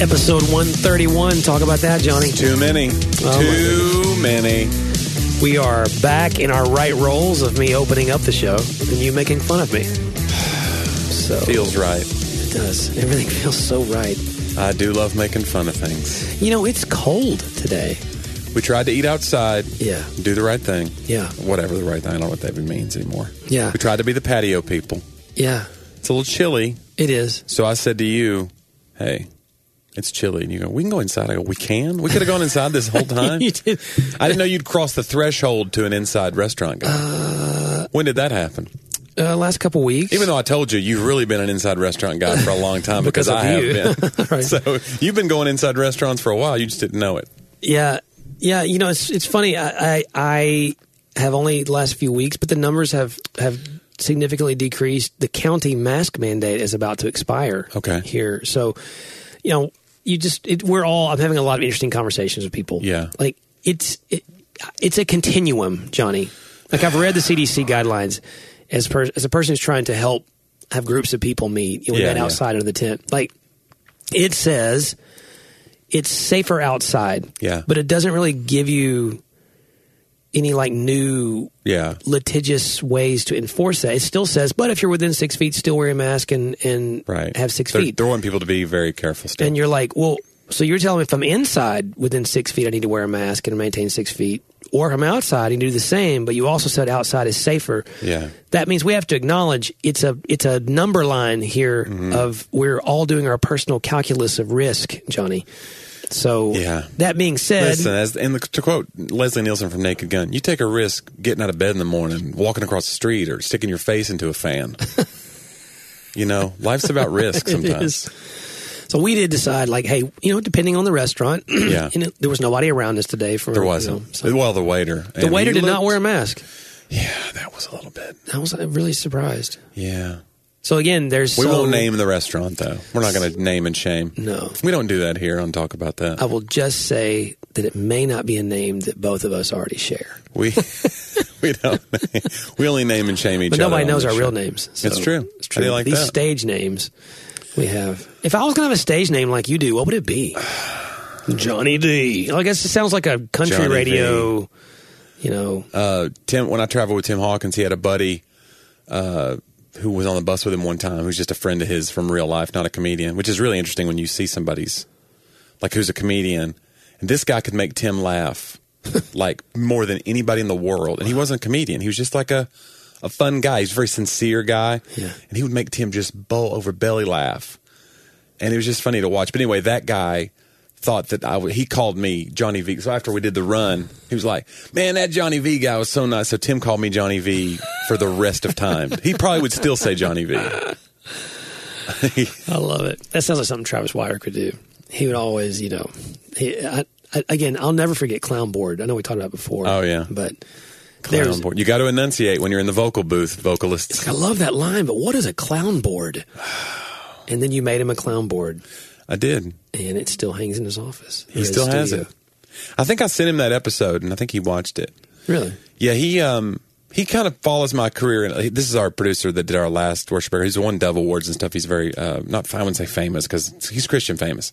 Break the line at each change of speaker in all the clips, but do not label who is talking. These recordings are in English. episode 131. Talk about that, Johnny.
Too many.
Oh, my
Too many.
We are back in our right roles of me opening up the show and you making fun of me. So
Feels right.
it does. Everything feels so right.
I do love making fun of things.
You know, it's cold today.
We tried to eat outside,
Yeah.
do the right thing.
Yeah.
Whatever the right thing. I don't know what that even means anymore.
Yeah.
We tried to be the patio people.
Yeah.
It's a little chilly.
It is.
So I said to you, hey, it's chilly. And you go, we can go inside. I go, we can? We could have gone inside this whole time.
You did.
I didn't know you'd cross the threshold to an inside restaurant guy. when did that happen?
Uh, last couple weeks.
Even though I told you you've really been an inside restaurant guy for a long time because,
Because of
I have
you.
been.
Right.
So you've been going inside restaurants for a while. You just didn't know it.
Yeah, yeah. You know, it's it's funny. I I, I have only the last few weeks, but the numbers have have significantly decreased. The county mask mandate is about to expire.
Okay.
here, so you know, you just it, we're all. I'm having a lot of interesting conversations with people.
Yeah.
like it's it, it's a continuum, Johnny. Like I've read the CDC guidelines as per, as a person who's trying to help have groups of people meet. You know, we
Yeah,
met
yeah.
outside under the tent. Like it says it's safer outside.
Yeah.
But it doesn't really give you any like new
Yeah.
litigious ways to enforce that. It still says, but if you're within six feet, still wear a mask and and
Right.
have 6
They're-
feet.
They're wanting people to be very careful still.
and you're like, well, so you're telling me if I'm inside within six feet, I need to wear a mask and maintain six feet, or if I'm outside, I need to do the same. But you also said outside is safer.
Yeah.
That means we have to acknowledge it's a it's a number line here
Mm-hmm.
of we're all doing our personal calculus of risk, Johnny. So
Yeah.
that being said,
Listen, as, and to quote Leslie Nielsen from Naked Gun, you take a risk getting out of bed in the morning, walking across the street, or sticking your face into a fan. you know, life's about risk sometimes.
is. so we did decide like, hey, you know, depending on the restaurant,
Yeah.
and it- there was nobody around us today. For
There
you know,
wasn't.
so-
well, the waiter.
the waiter did not wear a mask.
Yeah, that was a little bit.
I was uh, really surprised.
Yeah.
So again, there's
We
so-
won't name the restaurant, though. We're not going to name and shame.
No.
We don't do that here on Talk About That.
I will just say that it may not be a name that both of us already share,
we we don't. we only name and shame each
but
other.
nobody
on
knows
this
our
show.
real names. So
It's true.
It's
I
true.
do like
These
that.
stage names we have. If I was gonna have a stage name like you do, what would it be? Johnny D. I guess it sounds like a country
Johnny D.
radio. You know,
Uh, Tim, when I traveled with Tim Hawkins, he had a buddy uh, who was on the bus with him one time, who's just a friend of his from real life, not a comedian, which is really interesting when you see somebody's like who's a comedian. And this guy could make Tim laugh like more than anybody in the world. And he wasn't a comedian; he was just like a a fun guy. He's a very sincere guy,
Yeah.
and he would make Tim just bowl over belly laugh. and it was just funny to watch. But anyway, that guy thought that I w- he called me Johnny V. So after we did the run, he was like, "Man, that Johnny V guy was so nice." So Tim called me Johnny V for the rest of time. he probably would still say Johnny V.
I love it. That sounds like something Travis Wire could do. He would always, you know, he, I, I, again, I'll never forget Clown Board. I know we talked about it before.
Oh, yeah.
but
Clown
there's.
board. You got to enunciate when you're in the vocal booth, vocalists.
I love that line, but what is a clown board? And then you made him a clown board,
I did.
and it still hangs in his office.
He still has it. I think I sent him that episode, and I think he watched it.
Really?
Yeah, he um he kind of follows my career. And uh, this is our producer that did our last worship. Prayer. He's won Dove Awards and stuff. He's very uh, not I wouldn't say famous because he's Christian famous.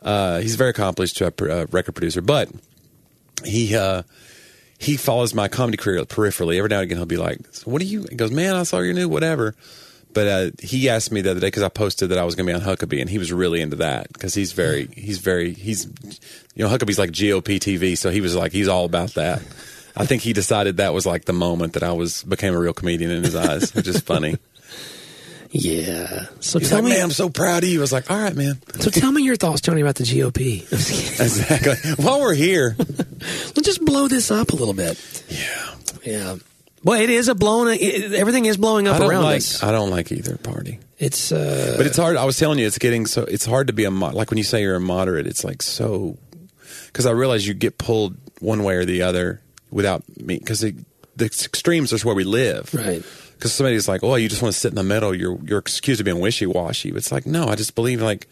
Uh, he's very accomplished uh, pr- uh, record producer, but he uh, he follows my comedy career peripherally. Every now and again, he'll be like, "So "What do you?" He goes, "Man, I saw your new whatever." But uh, he asked me the other day because I posted that I was going to be on Huckabee, and he was really into that because he's very, he's very, he's, you know, Huckabee's like GOP TV, so he was like, he's all about that. I think he decided that was like the moment that I was became a real comedian in his eyes, which is funny.
Yeah. So
He's
tell
like,
me.
man, I'm so proud of you. I was like, all right, man.
so tell me your thoughts, Tony, about the GOP.
Exactly. While we're here,
Let's just blow this up a little bit.
yeah,
Yeah. Well, it is a blown. It, everything is blowing
I
up
don't
around
like,
us.
I don't like either party.
It's. Uh,
But it's hard. I was telling you, it's getting so. It's hard to be a mo- like when you say you're a moderate. It's like so because I realize you get pulled one way or the other without me because the extremes is where we live.
Right.
Because somebody's like, "Oh, you just want to sit in the middle. You're you're excused of being wishy washy." It's like, no, I just believe like,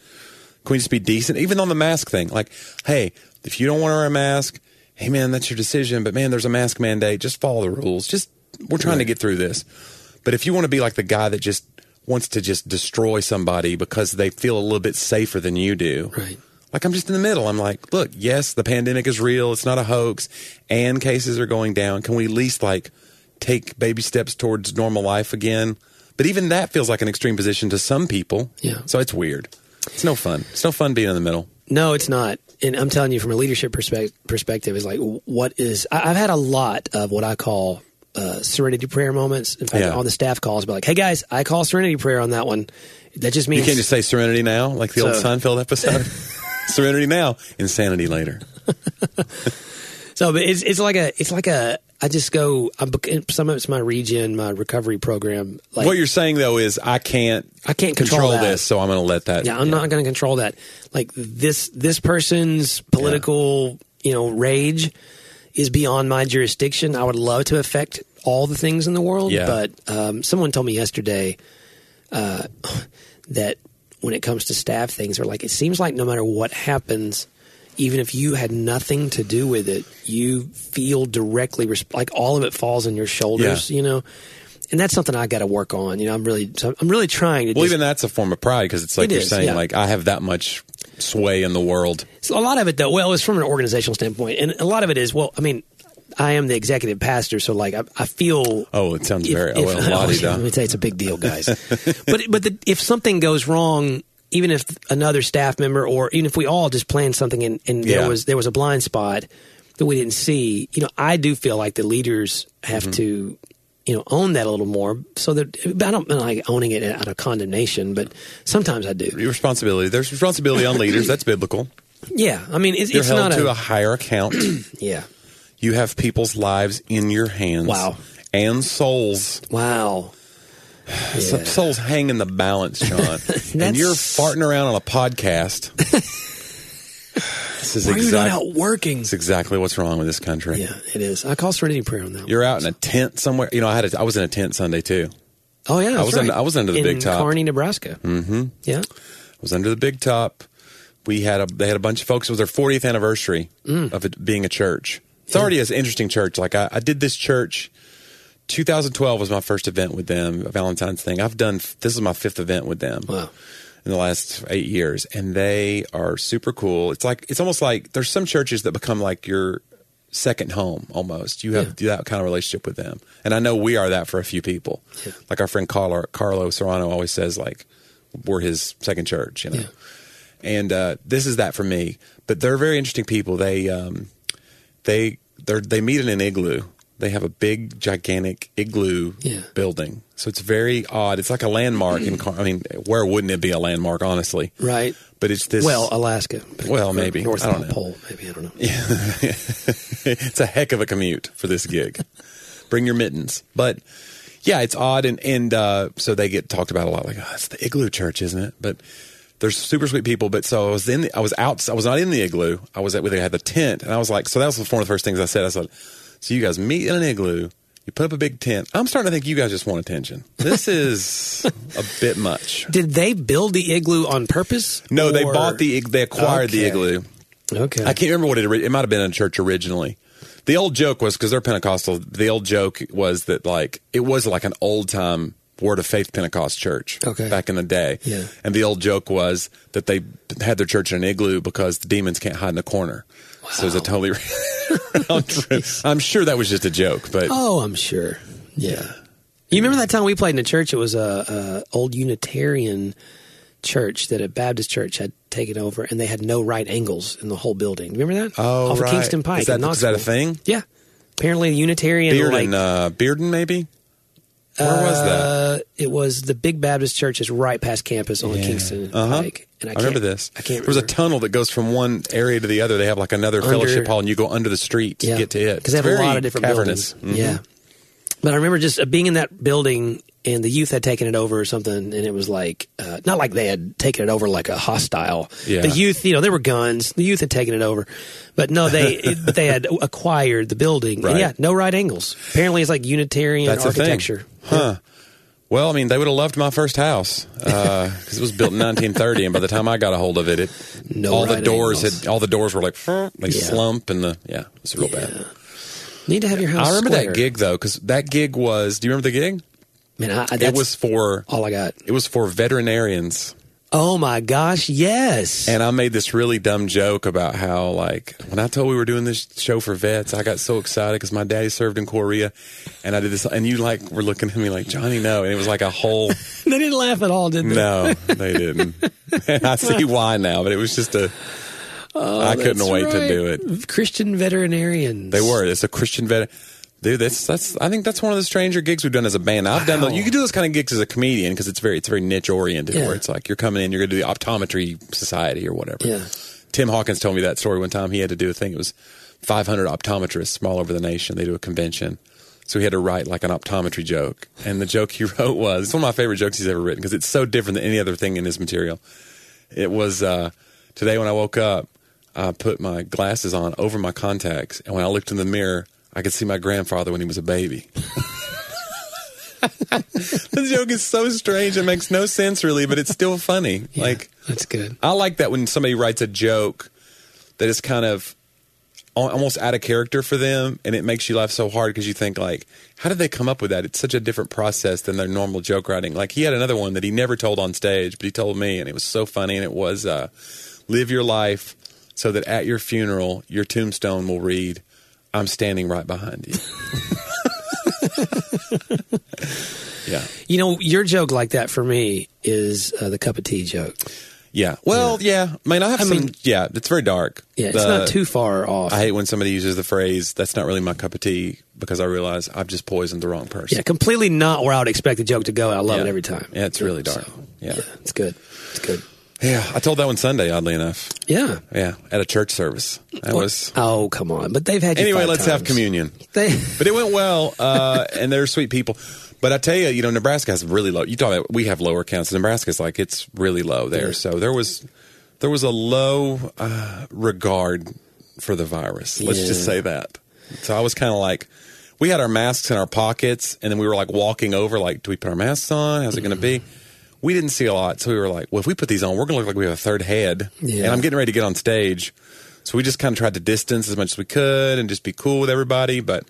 can we just be decent? Even on the mask thing, like, hey, if you don't want to wear a mask, hey man, that's your decision. But man, there's a mask mandate. Just follow the rules. Just we're trying to get through this. But if you want to be like the guy that just wants to just destroy somebody because they feel a little bit safer than you do.
Right.
Like I'm just in the middle. I'm like, look, yes, the pandemic is real. It's not a hoax, and cases are going down. Can we at least like take baby steps towards normal life again? But even that feels like an extreme position to some people.
Yeah.
So it's weird. It's no fun. It's no fun being in the middle.
No, it's not. And I'm telling you, from a leadership perspe- perspective, is like what is. I, I've had a lot of what I call uh, serenity prayer moments. In fact,
Yeah.
on the staff calls, be like, "Hey guys, I call serenity prayer on that one." That just means
You can't just say serenity now, like the old
So-
Seinfeld episode. serenity now, insanity later.
So but it's it's like a it's like a I just go I'm bec- some of it's my region my recovery program like
what you're saying though is I can't
I can't control,
control,
that.
this, so I'm going to let that.
Yeah, I'm not going to control that. Like this this person's political you know rage is beyond my jurisdiction. I would love to affect all the things in the world,
Yeah.
but um, someone told me yesterday uh, that when it comes to staff things, they're like it seems like no matter what happens. Even if you had nothing to do with it, you feel directly res- like all of it falls on your shoulders, you know, and that's something I got to work on. You know, I'm really, so I'm really trying to.
Well,
just-
even that's a form of pride because it's like
It
you're
is,
saying,
yeah.
like I have that much sway in the world.
So a lot of it, though, well, it's from an organizational standpoint, and a lot of it is well. I mean, I am the executive pastor, so like I, I feel.
Oh, it sounds
if-
very.
if-
oh, well, la-di-da.
let me tell you, it's a big deal, guys. but but the, if something goes wrong, even if another staff member or even if we all just planned something and, and
Yeah.
there was there was a blind spot that we didn't see, you know, I do feel like the leaders have
Mm-hmm.
to. You know, own that a little more, so that I don't mean like owning it out of condemnation, but sometimes I do.
responsibility. There's responsibility on leaders. That's biblical.
Yeah, I mean, it's
You're
it's
held
not
to a,
a
higher account.
yeah.
you have people's lives in your hands.
Wow.
And souls.
Wow,
Some souls hang in the balance, John. and you're farting around on a podcast. this is
Why are you not
exactly
out working?
It's exactly what's wrong with this country.
Yeah, it is. I call serenity prayer on that. one.
You're out in a tent somewhere. You know, I had a, I was in a tent Sunday too.
oh yeah, that's
was
right.
under- I was under the
in
big top.
Kearney, Nebraska. Mm-hmm. Yeah,
I was under the big top. We had a they had a bunch of folks. It was their 40th anniversary of it being a church. It's already an interesting church. Like I, I did this church. 2012 was my first event with them, a Valentine's thing. I've done this is my fifth event with them.
Wow.
In the last eight years, and they are super cool. It's like it's almost like there's some churches that become like your second home almost. You have that kind of relationship with them, and I know we are that for a few people.
Yeah.
Like our friend Carlo, Carlo Serrano always says, like we're his second church, you know.
Yeah.
And uh, this is that for me. But they're very interesting people. They um, they they're, they meet in an igloo. They have a big, gigantic igloo
Yeah.
building. So it's very odd. It's like a landmark in. Car- I mean, where wouldn't it be a landmark, honestly?
right.
But it's this.
Well, Alaska.
Well, maybe.
North
I don't know.
Pole. Maybe I don't know.
it's a heck of a commute for this gig. Bring your mittens. But yeah, it's odd. And, and uh, so they get talked about a lot like, oh, it's the igloo church, isn't it? But they're super sweet people. But so I was in, the, I was out, I was not in the igloo. I was at where they had the tent. And I was like, so that was one of the first things I said. I said, so you guys meet in an igloo, you put up a big tent. I'm starting to think you guys just want attention. This is a bit much.
Did they build the igloo on purpose?
No, they
or-
bought the, ig- they acquired the
Okay.
igloo.
Okay.
I can't remember what it. ori- It might have been in a church originally. The old joke was because they're Pentecostal. The old joke was that like it was like an old time Word of Faith Pentecost church
Okay.
back in the day.
Yeah.
And the old joke was that they had their church in an igloo because the demons can't hide in the corner. So it was a totally round trip. I'm sure that was just a joke, but
Oh, I'm sure. Yeah. You remember that time we played in a church? It was a, a old Unitarian church that a Baptist church had taken over, and they had no right angles in the whole building. Remember that?
Oh,
off
right.
of Kingston Pike.
Is that-
in
is that a
Knoxville.
thing?
Yeah. Apparently, the Unitarian like,
Bearden, uh, Bearden maybe. Where was that?
Uh, it was the Big Baptist Church is right past campus on Kingston
Uh-huh.
Pike, and I,
I,
can't-
remember this.
I can't.
There was a
remember.
tunnel that goes from one area to the other. They have like another
Under-
fellowship hall, and you go under the street to
Yeah.
get to it.
because they
It's
have a
very
lot of different
cavernous.
buildings.
Mhm.
Yeah, but I remember just uh, being in that building, and the youth had taken it over or something, and it was like uh, not like they had taken it over like a hostile.
Yeah.
The youth, you know, there were guns. The youth had taken it over, but no, they it, but they had acquired the building.
Right.
And yeah, no right angles. Apparently, it's like Unitarian
That's the thing.
architecture.
Huh. Well, I mean, they would have loved my first house because it was built in 1930, and by the time I got a hold of it, it
No
all the
right
doors
angles.
had all the doors were like they
Yeah.
slump, and the yeah, it's real bad.
Need to have your house.
I remember
square.
that gig though, because that gig was. Do you remember the gig?
Man, I, I, that's
it was for
all I got.
it was for veterinarians.
Oh my gosh, yes.
And I made this really dumb joke about how, like, when I told we were doing this show for vets, I got so excited because my daddy served in Korea, and I did this, and you like were looking at me like Johnny, no, and it was like a whole
they didn't laugh at all, did they?
no, they didn't. And I see why now, but it was just a. I couldn't
Oh, That's
wait to
right.
do it.
Christian veterinarians.
They were. It's a Christian vet. Dude, that's that's. I think that's one of the stranger gigs we've done as a band. I've done.
Wow.
The, you can do those kind of gigs as a comedian because it's very it's very niche oriented.
Yeah.
Where it's like you're coming in, you're going to do the optometry society or whatever.
Yeah.
Tim Hawkins told me that story one time. He had to do a thing. It was 500 optometrists from all over the nation. They do a convention. So he had to write like an optometry joke. And the joke he wrote was it's one of my favorite jokes he's ever written because it's so different than any other thing in his material. It was uh, today when I woke up, I put my glasses on over my contacts. And when I looked in the mirror, I could see my grandfather when he was a baby. the joke is so strange. It makes no sense really, but it's still funny.
Yeah,
Like,
that's good.
I like that when somebody writes a joke that is kind of al- almost out of character for them, and it makes you laugh so hard because you think like, how did they come up with that? It's such a different process than their normal joke writing. Like he had another one that he never told on stage, but he told me, and it was so funny. And it was, uh, "Live your life so that at your funeral, your tombstone will read." I'm standing right behind you. yeah.
You know, your joke like that for me is uh, the cup of tea joke.
Yeah. Well, yeah. I mean, I have
I
some.
mean-
yeah, it's very dark.
Yeah, it's
The-
not too far off.
I hate when somebody uses the phrase "that's not really my cup of tea" because I realize I've just poisoned the wrong
yeah,
person.
completely not where I would expect the joke to go. and I love
Yeah.
it every time.
Yeah, it's really dark. Yeah.
yeah, it's good. It's good.
Yeah, I told that one Sunday, oddly enough.
Yeah.
Yeah, at a church service. That was.
Oh come on! But they've had you
Anyway,
five
let's have
times.
communion.
They,
But it went well, uh, and they're sweet people. But I tell you, you know, Nebraska has really low. You talk about we have lower counts. Nebraska's like it's really low there. So there was there was a low uh, regard for the virus. Let's just
Yeah.
say that. So I was kind of like, we had our masks in our pockets, and then we were like walking over, like, do we put our masks on? How's it going to be? We didn't see a lot, so we were like, well, if we put these on, we're going to look like we have a third head.
Yeah.
And I'm getting ready to get on stage, so we just kind of tried to distance as much as we could and just be cool with everybody. But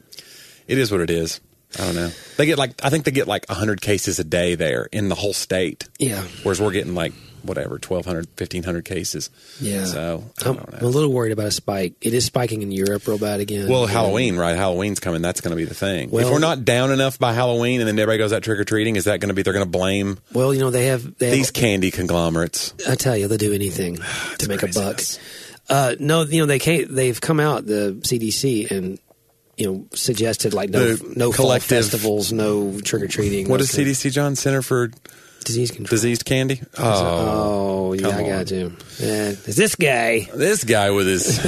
it is what it is. I don't know. They get like I think they get like 100 cases a day there in the whole state.
yeah,
Whereas we're getting like whatever 1200 1500 cases.
yeah.
So, I
I'm,
don't
I'm a
know.
little worried about a spike. It is spiking in Europe real bad again.
Well, Halloween, right? Halloween's coming. That's going to be the thing.
Well-
if we're not down enough by Halloween and then everybody goes out trick or treating, is that going to be they're going to blame
Well, you know they have they have-
these candy conglomerates?
I tell you, they'll do anything to make a buck.
craziness.
Uh, no, you know they can't. They've come out the CDC and you know suggested like no
The
no fall
collective-
festivals, no trick or treating.
What
no
is
kind of
CDC John Center for
Disease control.
Diseased Candy? Oh,
oh, yeah,
come
I
on.
got you. Yeah, it's this guy,
this guy with his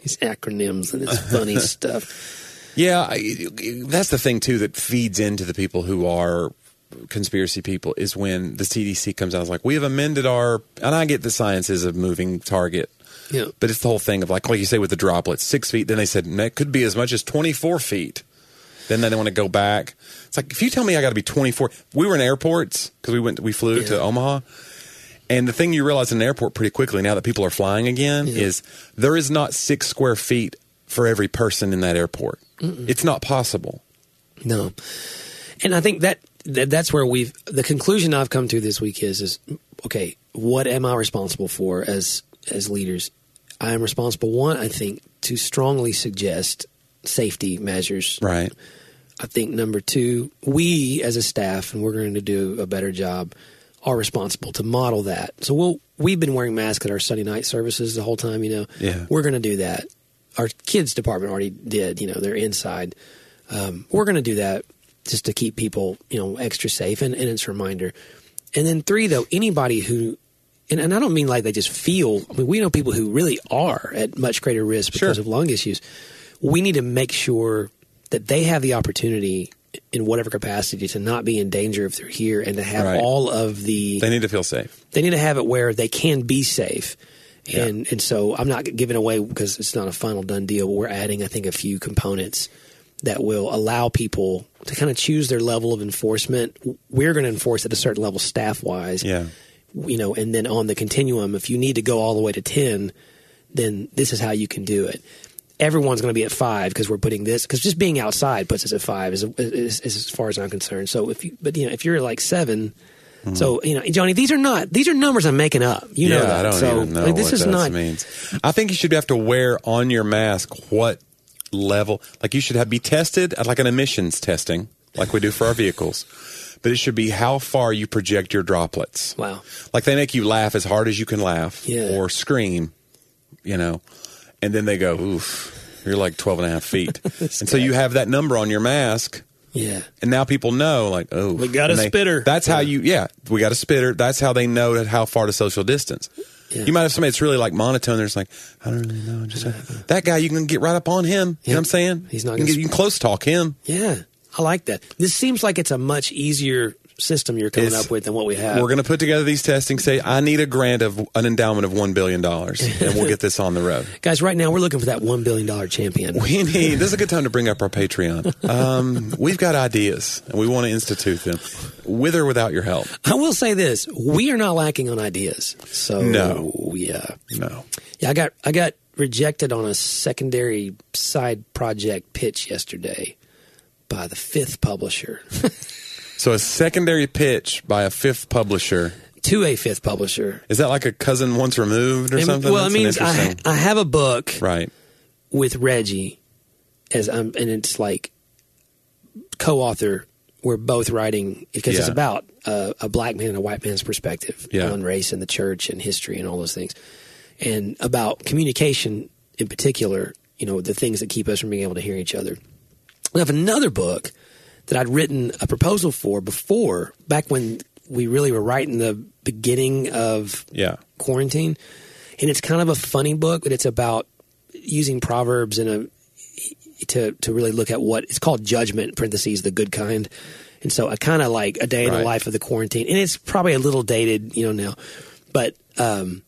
his acronyms and his funny stuff.
Yeah, I, that's the thing too that feeds into the people who are conspiracy people is when the CDC comes out it's like we have amended our and I get the sciences of moving target,
Yeah,
but it's the whole thing of like like you say with the droplets six feet. Then they said "No, it could be as much as twenty four feet. Then they want to go back. It's like if you tell me I got to be twenty four. We were in airports because we went we flew
Yeah.
to Omaha. And the thing you realize in an airport pretty quickly now that people are flying again
Yeah.
is there is not six square feet for every person in that airport. It's not possible.
No, and I think that, that that's where we've the conclusion I've come to this week is is okay. What am I responsible for as as leaders? I am responsible one. I think to strongly suggest safety measures.
Right.
I think number two, we as a staff, and we're going to do a better job, are responsible to model that. So we'll we've been wearing masks at our Sunday night services the whole time. You know,
Yeah.
we're going to do that. Our kids department already did. You know, they're inside. Um, we're going to do that just to keep people, you know, extra safe, and, and it's a reminder. And then three, though, anybody who, and, and I don't mean like they just feel. I mean, we know people who really are at much greater risk because
Sure.
of lung issues. We need to make sure that they have the opportunity in whatever capacity to not be in danger if they're here and to have
Right.
all of the
They need to feel safe.
they need to have it where they can be safe. And and so I'm not giving away because it's not a final done deal, but we're adding I think a few components that will allow people to kind of choose their level of enforcement. We're going to enforce at a certain level staff wise.
Yeah.
You know, and then on the continuum if you need to go all the way to 10, then this is how you can do it. everyone's going to be at five because we're putting this because just being outside puts us at five is, is, is as far as I'm concerned. So if you but you know if you're like 7 so you know Johnny, these are not these are numbers I'm making up. You know
Mm-hmm. yeah,
that.
I don't
so,
even know
like, this
what
is
that
not
means. I think you should have to wear on your mask what level, like you should have be tested at like an emissions testing, like we do for our vehicles. But it should be how far you project your droplets.
wow.
Like they make you laugh as hard as you can laugh
Yeah.
or scream, you know, and then they go, oof, you're like 12 and a half feet. and so you have that number on your mask.
Yeah.
And now people know, like, oh,
We got a
and
spitter.
That's how you, yeah, we got a spitter. That's how they know how far to social distance.
Yeah.
You might have somebody that's really like monotone. They're just like, I don't really know. Just that guy, you can get right up on him. You know what I'm saying?
He's not
You can,
gonna
get- you can close talk him.
Yeah. I like that. This seems like it's a much easier system you're coming
It's-
up with than what we have.
We're going to put together these testing. Say, I need a grant of an endowment of one billion dollars, and we'll get this on the road.
Guys, right now we're looking for that one billion dollar champion.
We need. This is a good time to bring up our Patreon. Um, we've got ideas, and we want to institute them, with or without your help.
I will say this: we are not lacking on ideas. So
No.
yeah,
No.
yeah. I got I got rejected on a secondary side project pitch yesterday by the fifth publisher
So a secondary pitch by a fifth publisher.
to a fifth publisher.
Is that like a cousin once removed or
And-
something?
well,
That's
it means
an
I
interesting-
I have a book
right.
with Reggie as I'm, and it's like co-author. We're both writing because it's
Yeah.
about uh, a black man and a white man's perspective
Yeah.
on race and the church and history and all those things, and about communication in particular. You know, the things that keep us from being able to hear each other. I have another book that I'd written a proposal for before, back when we really were right in the beginning of
Yeah.
quarantine and it's kind of a funny book but it's about using proverbs in a to to really look at what it's called judgment parentheses the good kind and so i kind of like a day in the
Right.
life of the quarantine and it's probably a little dated you know now but um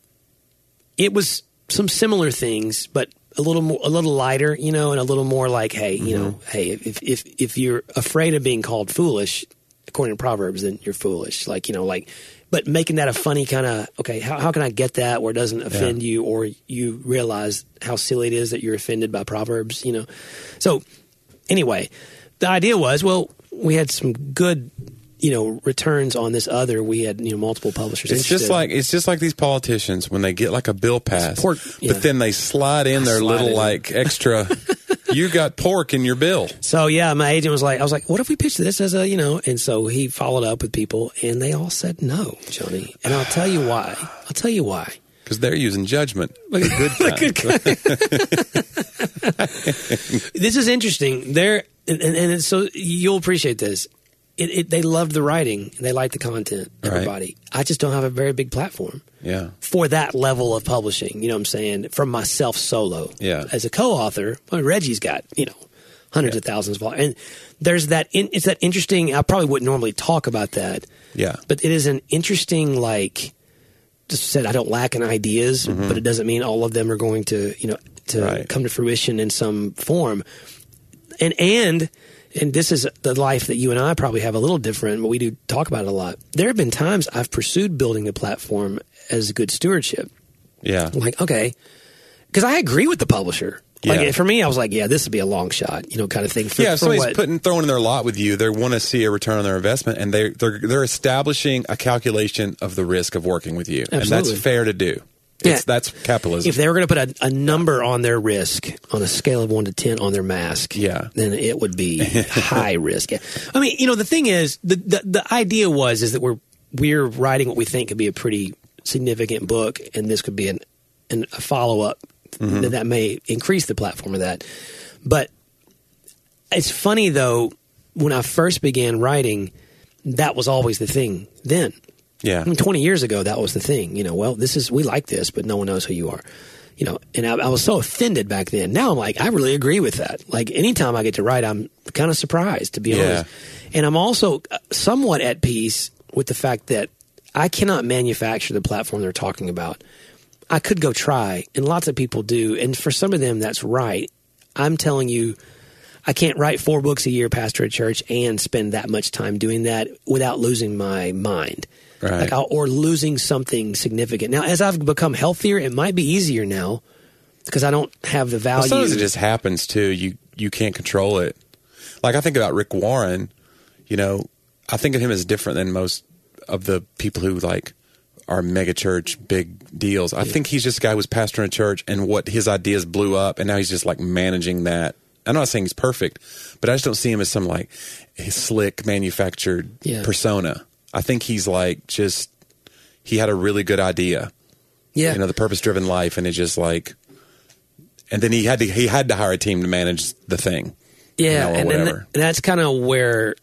it was some similar things but a little more a little lighter you know and a little more like hey you know
Mm-hmm.
hey if if if you're afraid of being called foolish according to proverbs then you're foolish like you know like but making that a funny kind of okay how, how can i get that where it doesn't offend you or you realize how silly it is that you're offended by proverbs you know so anyway the idea was well we had some good you know returns on this other we had you know multiple publishers
It's just
interested.
like it's just like these politicians when they get like a bill passed,
pork, yeah.
but then they slide in their
Slide
little
it in.
like extra. you got pork in your bill.
So yeah, my agent was like, I was like, what if we pitched this as a, you know? And so he followed up with people, and they all said no, Johnny. And I'll tell you why. I'll tell you why.
Because they're using judgment. The good kind.
this is interesting. There, and, and, and so you'll appreciate this. It, it, they loved the writing. They liked the content.
Right.
Everybody. I just don't have a very big platform
Yeah.
for that level of publishing. You know what I'm saying? From myself solo.
Yeah.
As a co-author, well, Reggie's got you know hundreds of thousands of vol- and there's that. In, it's that interesting. I probably wouldn't normally talk about that,
Yeah.
but it is an interesting like. Just said I don't lack in ideas, but it doesn't mean all of them are going to you know to
Mm-hmm. Right.
come to fruition in some form. And and and this is the life that you and I probably have a little different, but we do talk about it a lot. There have been times I've pursued building the platform as good stewardship.
yeah.
I'm like, okay. Because I agree with the publisher. Like,
Yeah.
for me, I was like, yeah, this would be a long shot, you know, kind of thing. For,
Yeah, if
for
somebody's
what-
putting throwing in their lot with you, they want to see a return on their investment, and they they're they're establishing a calculation of the risk of working with you, and
Absolutely.
that's fair to do. It's,
Yeah.
That's capitalism.
if they were going to put a, a number on their risk on a scale of one to ten on their mask,
Yeah.
then it would be high risk. I mean, you know, the thing is, the, the the idea was is that we're we're writing what we think could be a pretty significant book, and this could be an, an a follow up that that may increase the platform of that. But it's funny though, when I first began writing, that was always the thing then.
yeah,
I mean, 20 years ago, that was the thing. You know, well, this is, we like this, but no one knows who you are. You know, and I, I was so offended back then. Now I'm like, I really agree with that. Like, anytime I get to write, I'm kind of surprised, to be
Yeah.
honest. And I'm also uh, somewhat at peace with the fact that I cannot manufacture the platform they're talking about. I could go try, and lots of people do. And for some of them, that's right. I'm telling you, I can't write four books a year, pastor a church, and spend that much time doing that without losing my mind.
Right.
Like I'll, or losing something significant. Now, as I've become healthier, it might be easier now because I don't have the value.
Sometimes it just happens too. You you can't control it. Like I think about Rick Warren, you know, I think of him as different than most of the people who like are mega church big deals. I think he's just a guy who was pastoring a church and what his ideas blew up and now he's just like managing that. I'm not saying he's perfect, but I just don't see him as some like slick manufactured
Yeah.
persona. I think he's like just he had a really good idea
yeah,
you know the purpose driven life and it just like and then he had to he had to hire a team to manage the thing
yeah,
know, or
and, then
whatever.
and that's kind of where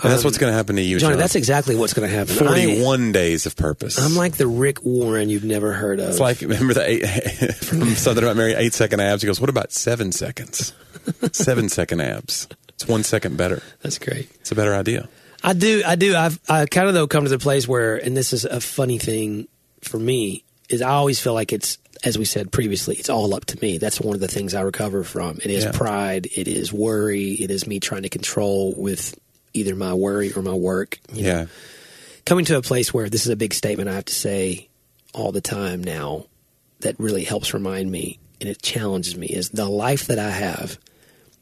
and that's what's going to happen to you
Um, Johnny.
John.
That's exactly what's going to happen. I-
41 days of purpose
I'm like the Rick Warren you've never heard of.
it's like remember the eight from something about mary eight second abs he goes what about seven seconds seven second abs it's one second better
that's great.
it's a better idea
I do, I do. I've I kind of though come to the place where, and this is a funny thing for me, is I always feel like it's as we said previously, it's all up to me. That's one of the things I recover from. It is
Yeah.
pride, it is worry, it is me trying to control with either my worry or my work. you know.
yeah
Coming to a place where this is a big statement I have to say all the time now that really helps remind me and it challenges me is the life that I have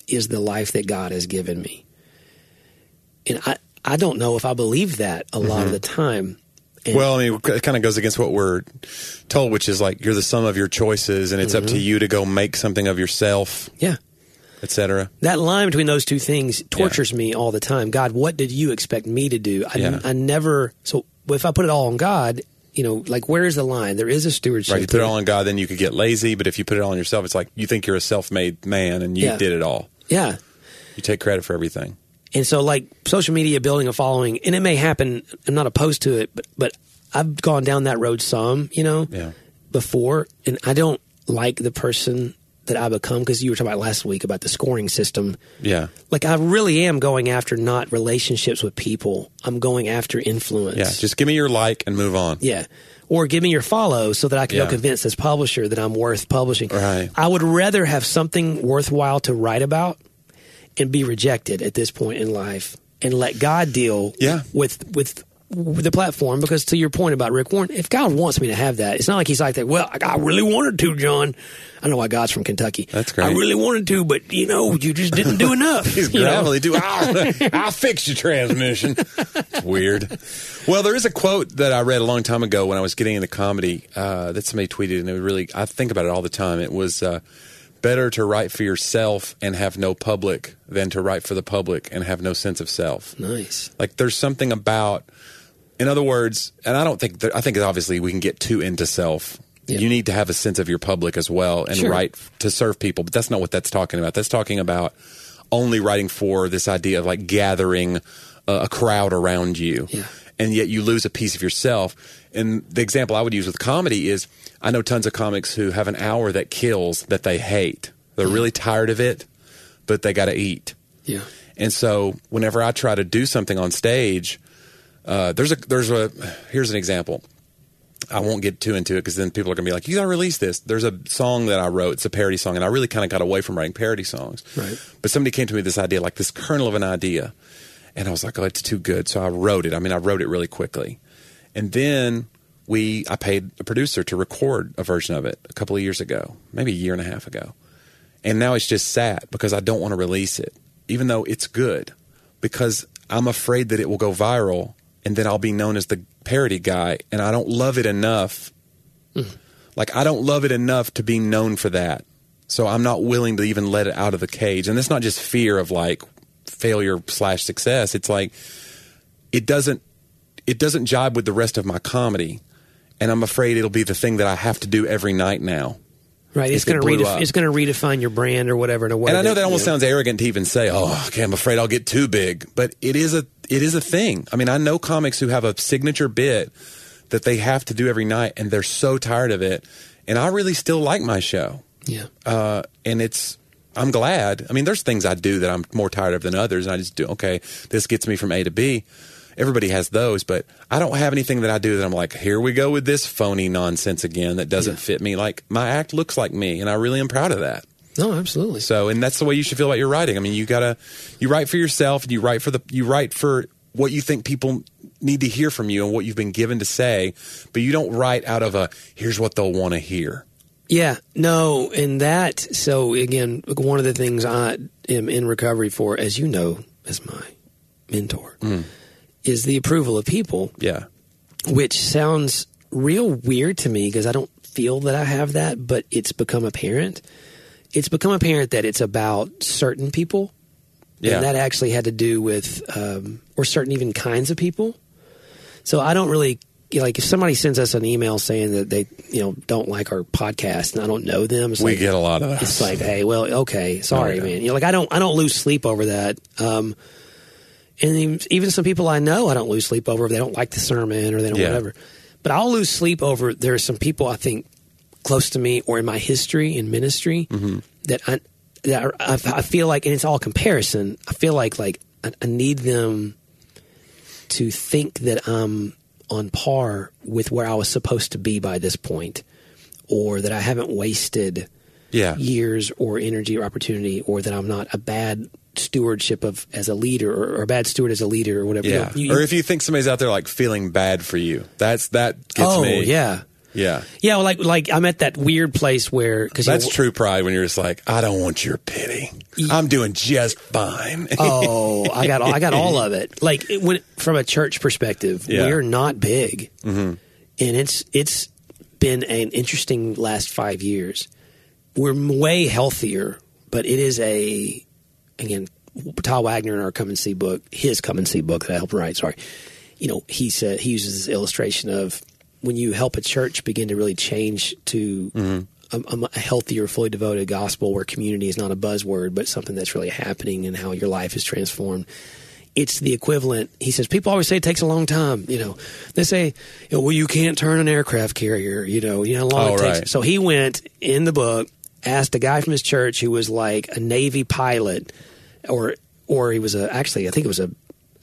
is the life that God has given me and I, I don't know if I believe that a
Mm-hmm.
lot of the time. And
well, I mean, it kind of goes against what we're told, which is like you're the sum of your choices, and it's up
Mm-hmm.
to you to go make something of yourself,
yeah,
etc.
that line between those two things tortures me all the time. God, what did you expect me to do? I,
Yeah.
I never. So if I put it all on God, you know, like where is the line? There is a stewardship.
Right, you put it
there.
all on God, then you could get lazy. But if you put it all on yourself, it's like you think you're a self-made man and you
Yeah.
did it all.
yeah.
You take credit for everything.
And so, like social media building a following, and it may happen. I'm not opposed to it, but but I've gone down that road some, you know,
Yeah.
before, and I don't like the person that I become because you were talking about last week about the scoring system.
Yeah,
like I really am going after not relationships with people. I'm going after influence.
yeah. Just give me your like and move on.
yeah. Or give me your follow so that I can
Yeah.
go convince this publisher that I'm worth publishing.
Right.
I would rather have something worthwhile to write about and be rejected at this point in life and let God deal
Yeah.
with with with the platform because to your point about Rick Warren, if God wants me to have that, it's not like he's like that. Well, I- I really wanted to, John. I know why God's from Kentucky.
That's great.
I really wanted to, but you know, you just didn't do enough.
He's
you know?
gravelly. Do I'll, I'll fix your transmission. It's weird. Well, there is a quote that I read a long time ago when I was getting into comedy uh, that somebody tweeted, and it really I think about it all the time. It was uh, better to write for yourself and have no public than to write for the public and have no sense of self.
Nice.
Like there's something about, in other words, and I don't think that, I think obviously we can get too into self.
Yeah.
You need to have a sense of your public as well and
Sure.
write to serve people, but that's not what that's talking about. That's talking about only writing for this idea of like gathering uh, a crowd around you.
Yeah.
And yet you lose a piece of yourself. And the example I would use with comedy is I know tons of comics who have an hour that kills that they hate. They're really tired of it, but they got to eat.
Yeah.
And so whenever I try to do something on stage, uh, there's a there's a here's an example. I won't get too into it because then people are gonna be like, "You gotta release this." There's a song that I wrote. It's a parody song, and I really kind of got away from writing parody songs.
Right.
But somebody came to me with this idea, like this kernel of an idea, and I was like, "Oh, it's too good." So I wrote it. I mean, I wrote it really quickly, and then we I paid a producer to record a version of it a couple of years ago, maybe a year and a half ago, and now it's just sad because I don't want to release it, even though it's good, because I'm afraid that it will go viral and then I'll be known as the parody guy, and I don't love it enough. Like, I don't love it enough to be known for that. So I'm not willing to even let it out of the cage. And that's not just fear of like failure slash success. It's like, it doesn't it doesn't jibe with the rest of my comedy and i'm afraid it'll be the thing that i have to do every night now
Right. It's
If it
going to
blew
redef-
up.
it's going to redefine your brand or whatever in a way.
and i know that
you
almost
know,
sounds arrogant to even say oh okay i'm afraid i'll get too big but it is a it is a thing i mean i know comics who have a signature bit that they have to do every night and they're so tired of it and i really still like my show
Yeah.
uh, and it's I'm glad. I mean, there's things I do that I'm more tired of than others, and I just do okay. This gets me from A to B. Everybody has those, but I don't have anything that I do that I'm like, here we go with this phony nonsense again that doesn't fit me. Like my act looks like me, and I really am proud of that.
No, absolutely.
So, and that's the way you should feel about your writing. I mean, you gotta you write for yourself, and you write for the you write for what you think people need to hear from you and what you've been given to say, but you don't write out of a here's what they'll want to hear.
Yeah, no, and that so again, one of the things I am in recovery for, as you know, as my mentor, is the approval of people,
Yeah.
which sounds real weird to me because I don't feel that I have that, but it's become apparent. It's become apparent that it's about certain people,
Yeah.
and that actually had to do with um, or certain even kinds of people. So I don't really you know, like if somebody sends us an email saying that they you know don't like our podcast and I don't know them. It's
we
like,
get a lot of that.
it's like, hey, well, okay, sorry,
No, we don't.
man. You know, like I don't, I don't lose sleep over that. Um, and even- even some people I know, I don't lose sleep over. if They don't like the sermon or they don't
Yeah.
whatever. But I'll lose sleep over. There are some people I think close to me or in my history in ministry that I that are- I, I feel like, and it's all comparison. I feel like like I, I need them to think that I'm on par with where I was supposed to be by this point, or that I haven't wasted
yeah.
years or energy or opportunity, or that I'm not a bad stewardship of as a leader or, or a bad steward as a leader or whatever. You
Yeah.
know, you-
or if you think somebody's out there like feeling bad for you, that's that gets
oh
me.
yeah,
Yeah.
yeah. Well, like like I'm at that weird place where because
That's true pride when you're just like, I don't want your pity. I'm doing just fine.
Oh, I got all, I got all of it. Like it, when, from a church perspective,
Yeah. Mm-hmm.
we're not big, and it's it's been an interesting last five years. We're m- way healthier, but it is a again Todd Wagner in our come and see book, his come and see book that I helped write. Sorry, you know he said he uses this illustration of when you help a church begin to really change to.
Mm-hmm.
a- A, mu- a healthier, fully devoted gospel where community is not a buzzword, but something that's really happening and how your life is transformed it's the equivalent. He says people always say it takes a long time. You know, they say, you know, "Well, you can't turn an aircraft carrier." You know, you know how long
Oh,
it takes.
right.
So he went in the book, asked a guy from his church who was like a Navy pilot, or or he was a actually I think it was a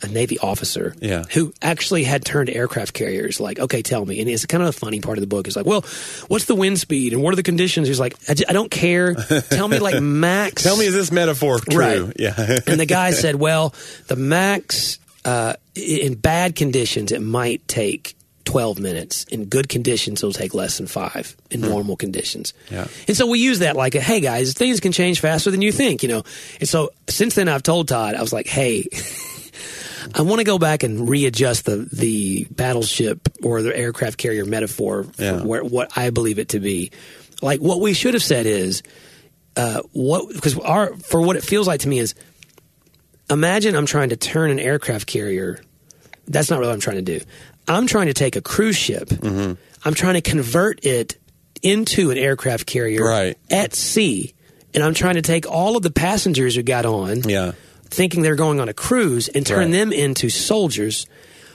a Navy officer,
Yeah.
who actually had turned aircraft carriers. Like, okay, tell me. And it's kind of a funny part of the book. It's like, well, what's the wind speed and what are the conditions? He's like, I, j- I don't care. Tell me like max.
Tell me, is this metaphor true?
Right.
Yeah.
and the guy said, "Well, the max uh, i- in bad conditions it might take." 12 minutes in good conditions it'll take less than five in normal conditions
Hmm. Yeah.
and so we use that like a, hey guys things can change faster than you think you know and so since then i've told todd i was like hey i want to go back and readjust the the battleship or the aircraft carrier metaphor for
Yeah.
where, what i believe it to be like what we should have said is uh, what because our for what it feels like to me is imagine I'm trying to turn an aircraft carrier. That's not really what I'm trying to do. I'm trying to take a cruise ship.
Mm-hmm.
I'm trying to convert it into an aircraft carrier
Right.
at sea. And I'm trying to take all of the passengers who got on
Yeah.
thinking they're going on a cruise and turn
Right.
them into soldiers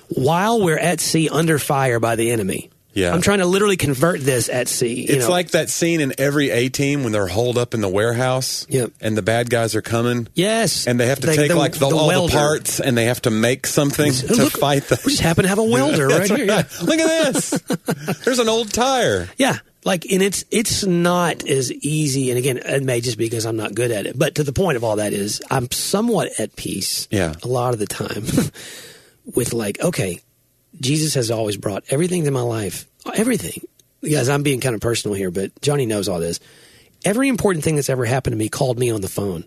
while we're at sea under fire by the enemy.
Yeah.
I'm trying to literally convert this at sea. you
It's
know.
like that scene in every A team when they're holed up in the warehouse
Yep.
and the bad guys are coming
Yes.
and they have to
The-
take
the-
like the, all
welder.
the parts and they have to make something to
Look,
fight the.
We just happen to have a welder right
That's
here. Yeah.
right. Look at this. There's an old tire.
yeah. Like, and it's it's not as easy. And again, it may just be because I'm not good at it. But to the point of all that is, I'm somewhat at peace.
Yeah.
A lot of the time, with like, okay, Jesus has always brought everything to my life. Everything, guys. I'm being kind of personal here, but Johnny knows all this. Every important thing that's ever happened to me called me on the phone.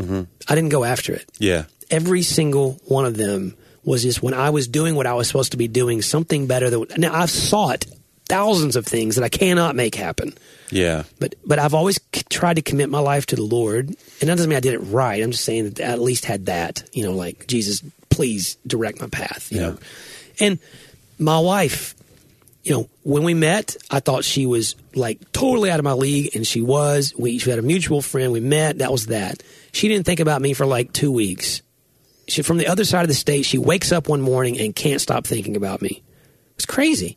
I didn't go after it
Yeah.
every single one of them was just when I was doing what I was supposed to be doing, something better than. Now I've sought thousands of things that I cannot make happen,
Yeah.
but but I've always c- tried to commit my life to the Lord, and that doesn't mean I did it right. I'm just saying that I at least had that, you know, like Jesus, please direct my path, you
Yeah.
know. And my wife, you know, when we met, I thought she was like totally out of my league, and she was. We she had a mutual friend. We met. That was that. She didn't think about me for like two weeks. She from the other side of the state. She wakes up one morning and can't stop thinking about me. It's crazy.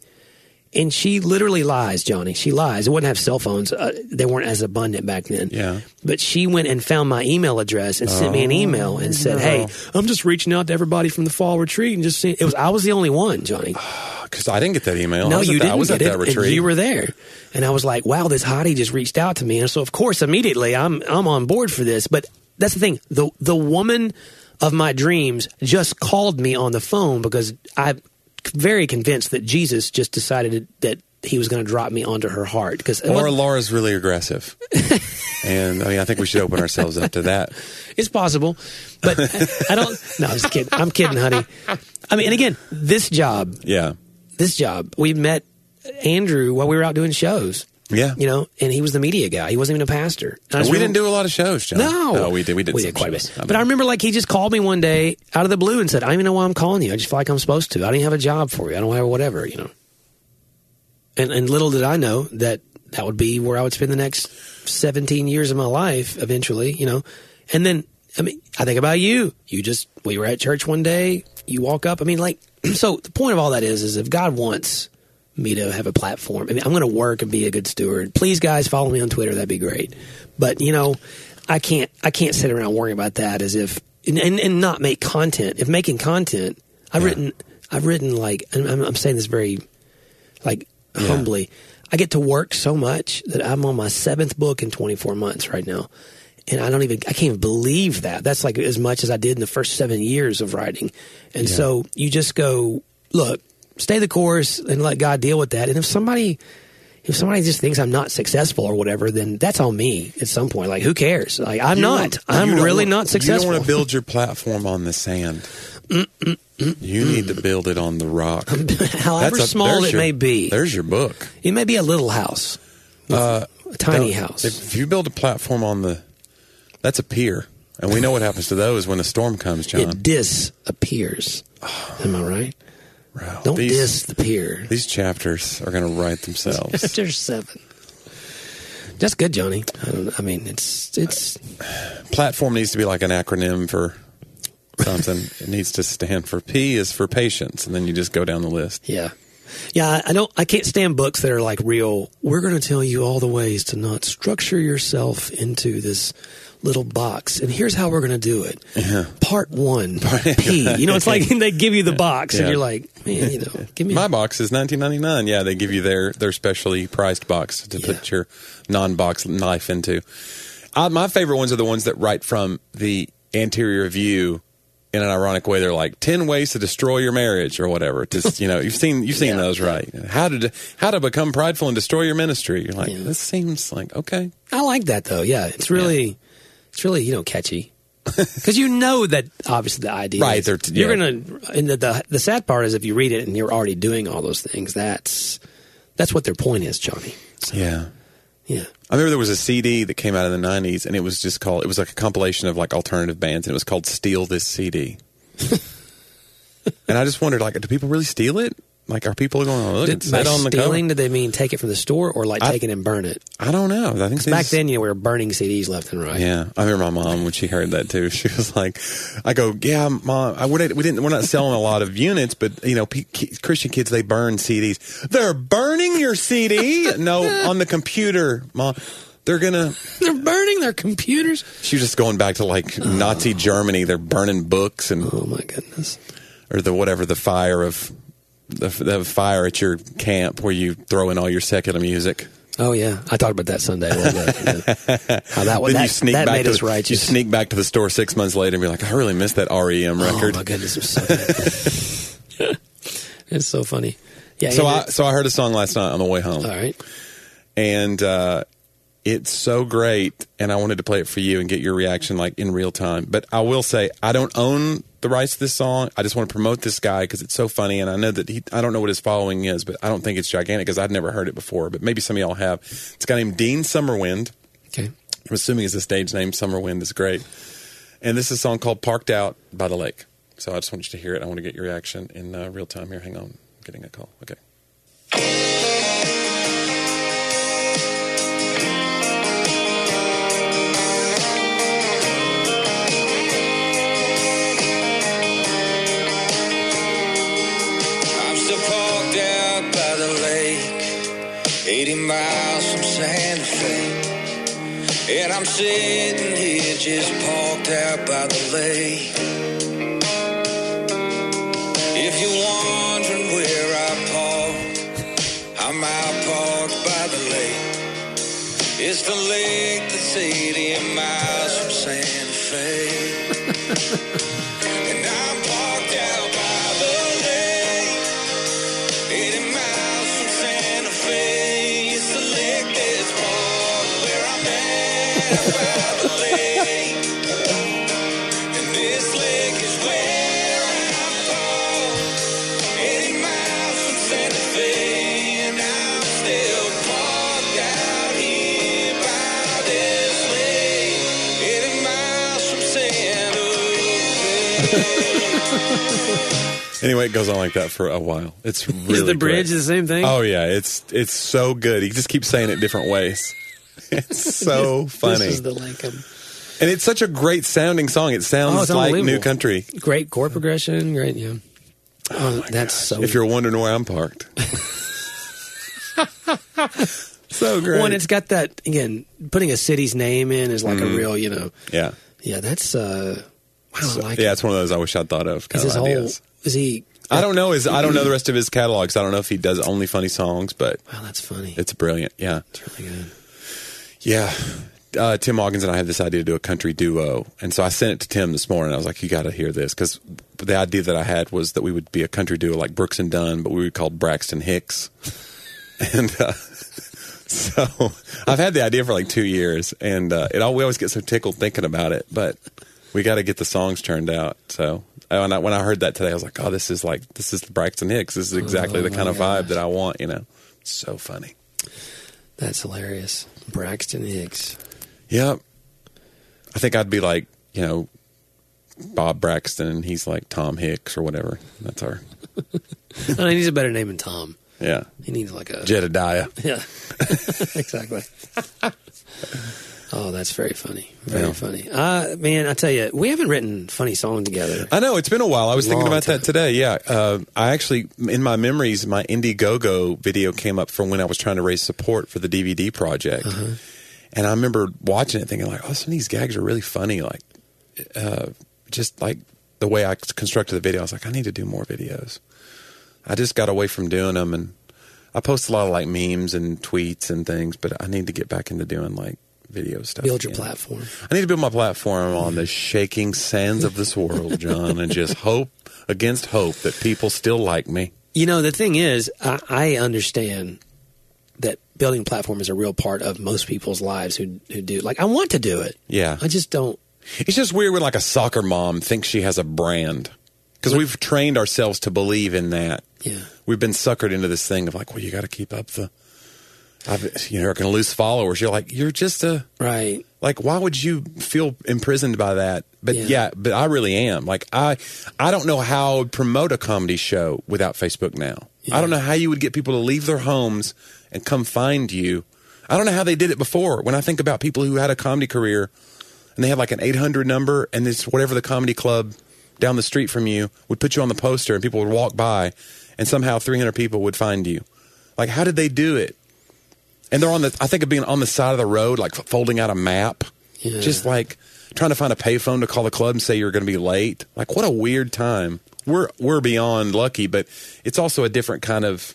And she literally lies, Johnny. She lies. It wouldn't have cell phones. Uh, they weren't as abundant back then.
Yeah.
But she went and found my email address and sent me an email and said, "Hey, I'm just reaching out to everybody from the fall retreat and just seeing." It was I was the only one, Johnny.
Because Oh, I didn't get that email. Oh, I
No,
was
you
at that,
didn't.
I was
You
at that
didn't, and
retreat.
You were there, and I was like, "Wow, this hottie just reached out to me." And so, of course, immediately I'm I'm on board for this. But that's the thing the the woman of my dreams just called me on the phone because I'm very convinced that Jesus just decided that he was going to drop me onto her heart because
Or Laura's really aggressive. and I mean, I think we should open ourselves up to that.
It's possible, but I don't. No, I'm just kidding. I'm kidding, honey. I mean, and again, this job,
Yeah.
this job, we met Andrew while we were out doing shows.
Yeah.
You know, and he was the media guy. He wasn't even a pastor. And I
And
just
we
remember-
didn't do a lot of shows, John.
No,
we did. We did. some
quite a
shows.
bit. But I remember, like, he just called me one day out of the blue and said, "I don't even know why I'm calling you. I just feel like I'm supposed to. I didn't have a job for you. I don't have whatever, you know." And and little did I know that that would be where I would spend the next 17 years of my life eventually, you know. And then I mean, I think about you. You just we were at church one day. You walk up. I mean, like, so the point of all that is, is if God wants me to have a platform, I mean, I'm going to work and be a good steward. Please, guys, follow me on Twitter. That'd be great. But you know, I can't. I can't sit around worrying about that as if and and, and not make content. If making content, I've written. I've written like and I'm, I'm saying this very like humbly. I get to work so much that I'm on my seventh book in 24 months right now. And I don't even, I can't even believe that. That's like as much as I did in the first seven years of writing. And so you just go, look, stay the course and let God deal with that. And if somebody, if somebody just thinks I'm not successful or whatever, then that's on me at some point. Like, who cares? Like, I'm
You
not.
don't- you
I'm
don't
really
want-
not
You
successful.
don't want to build your platform on the sand. you need to build it on the rock.
However
a-
small
there's
it
your-
may be,
There's your book.
it may be a little house,
Uh,
a tiny
Now,
house.
If you build a platform on the, that's a pier, and we know what happens to those when the storm comes,
it
John.
disappears. Am I right?
Wow.
Don't
these,
disappear.
These chapters are going to write themselves.
Chapter seven. That's good, Johnny. I, don't, I mean, it's it's
platform needs to be like an acronym for something. it needs to stand for P is for patience, and then you just go down the list.
yeah, yeah. I- I don't. I can't stand books that are like real. We're going to tell you all the ways to not structure yourself into this little box, and here's how we're going to do it. Part one, P. You know, it's like they give you the box, and
Yeah.
you're like, man, you know, give me
My box is nineteen ninety nine. Yeah, they give you their their specially priced box to put
Yeah.
your non box knife into. I, my favorite ones are the ones that write from the anterior view. In an ironic way, they're like ten ways to destroy your marriage or whatever. Just you know, you've seen you've seen
Yeah.
those, right? How to how to become prideful and destroy your ministry. You're like,
Yeah.
this seems like okay.
I like that though. Yeah, it's really, it's really you know catchy because you know that obviously the idea,
Right,
is-
they're t-
you're
yeah.
gonna, and the, the the sad part is if you read it and you're already doing all those things, that's that's what their point is, Johnny. So,
Yeah,
yeah,
I remember there was a CD that came out in the 90s and it was just called, it was like a compilation of like alternative bands and it was called Steal This CD. and I just wondered, like, do people really steal it? Like, are people going, oh, look,
Did-
it's
by
that on the
stealing,
cover?
did they mean take it from the store or like
I-
take it and burn it?
I don't know. I think
Back
these-
then, you know, we were burning CDs left and right.
Yeah, I remember my mom when she heard that too. She was like, "I go, yeah, mom, I, we're not, we didn't, we're not selling a lot of units, but you know, P- ki- Christian kids they burn CDs. They're burning your CD? no, on the computer, mom. They're gonna
They're burning their computers.
She was just going back to like Nazi Germany. They're burning books and
Oh my goodness.
or the whatever the fire of the, the fire at your camp where you throw in all your secular music.
Oh yeah, I talked about that Sunday. a little bit, yeah. How that
then
Ah, that,
you sneak
that
back
made
to
us
the,
righteous.
You sneak back to the store six months later and be like, I really missed that REM record.
Oh my goodness, it was so good. it's so funny. Yeah.
so I
Andrew-
so I heard a song last night on the way home,
all right.
and uh, it's so great. And I wanted to play it for you and get your reaction like in real time. But I will say I don't own the rights to this song. I just want to promote this guy because it's so funny, and I know that he. I don't know what his following is, but I don't think it's gigantic because I've never heard it before. But maybe some of y'all have. It's a guy named Dean Summerwind.
Okay.
I'm assuming it's a stage name. Summerwind is great. And this is a song called "Parked Out by the Lake." So I just want you to hear it. I want to get your reaction in uh, real time here. Hang on, I'm getting a call. Okay.
I'm still parked out by the lake, 80 miles from Santa Fe. And I'm sitting here just parked out by the lake. If you're wondering where I park, I'm out parked by the lake. It's the lake that's 80 miles from Santa Fe. And I'm parked out by the lake, 80 miles from Santa Fe. about a lake. And this lake is where I fall. 80 miles from Santa Fe, and I'm still parked out here by this lake. 80 miles from Santa Fe.
Anyway, it goes on like that for a while. It's really
is the bridge
great.
the same thing?
Oh yeah, it's it's so good. He just keeps saying it different ways. It's so funny,
This is the Lincoln.
and it's such a great sounding song. It
Oh,
sounds
it's
like new
unbelievable.
country.
Great chord progression. Great, yeah. Oh, that's so.
If you're wondering where I'm parked, so great.
one, it's got that again. Putting a city's name in is like a real, you know.
yeah,
Yeah, that's uh. Wow, I like
yeah.
it.
It's one of those I wish I thought of.
Is
Kind
his
of
whole
ideas.
is he?
I don't know his. I don't know the rest of his catalogs. I don't know if he does only funny songs, but
Wow, that's funny. Oh
it's brilliant. Yeah,
It's really good.
yeah. Uh, Tim Hawkins and I had this idea to do a country duo, and so I sent it to Tim this morning. I was like, "You got to hear this," because the idea that I had was that we would be a country duo like Brooks and Dunn, but we would be called Braxton Hicks. And uh, so I've had the idea for like two years, and uh, it all we always get so tickled thinking about it. But we got to get the songs turned out. So oh, and I, when I heard that today, I was like, "Oh, this is like this is Braxton Hicks. This is exactly
Oh,
the
my
kind of
gosh.
vibe that I want." You know, so funny.
That's hilarious. Braxton Hicks.
Yep. I think I'd be like, you know, Bob Braxton, and he's like Tom Hicks or whatever. That's our,
I mean, Oh, he needs a better name than Tom.
yeah,
He needs like a
Jedediah.
Yeah, exactly. oh, that's very funny. Very
Yeah.
funny. Uh, man, I tell you, we haven't written funny song together.
I know it's been a while. I was thinking
Long
about
time.
that today. Yeah, uh, I actually, in my memories, my Indiegogo video came up from when I was trying to raise support for the DVD project,
Uh-huh.
and I remember watching it, thinking like, "Oh, some of these gags are really funny." Like, uh, just like the way I constructed the video, I was like, "I need to do more videos." I just got away from doing them, and I post a lot of like memes and tweets and things, but I need to get back into doing like video stuff.
Build your
again.
platform.
I need to build my platform on the shaking sands of this world, John, and just hope against hope that people still like me.
You know, the thing is, I, I understand that building a platform is a real part of most people's lives who who do. Like, I want to do it.
Yeah.
I just don't.
It's just weird when like a soccer mom thinks she has a brand because we've trained ourselves to believe in that.
Yeah.
We've been suckered into this thing of like, well, you got to keep up the. I've, you know, you're going to lose followers. You're like, you're just a
Right.
like why would you feel imprisoned by that but
Yeah.
yeah. but i really am like i i don't know how I would promote a comedy show without facebook now i don't know how you would get people to leave their homes and come find you i don't know how they did it before when i think about people who had a comedy career and they had like an 800 number and it's whatever the comedy club down the street from you would put you on the poster and people would walk by and somehow 300 people would find you like how did they do it and they're on the i think of being on the side of the road like f- folding out a map
Yeah.
just like trying to find a payphone to call the club and say you're going to be late like what a weird time we're we're beyond lucky but it's also a different kind of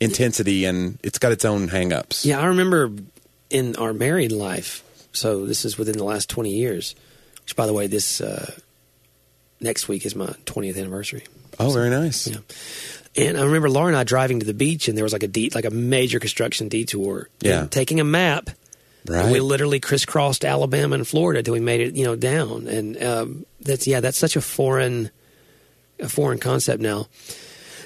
intensity and it's got its own hangups
Yeah, I remember in our married life. So this is within the last twenty years. Which, by the way, this uh, next week is my twentieth anniversary.
oh very nice
Yeah. And I remember Laura and I driving to the beach, and there was like a de- like a major construction detour.
Yeah.
And taking a map, and
right
we literally crisscrossed Alabama and Florida till we made it, you know, down. And um, that's yeah, that's such a foreign, a foreign concept now.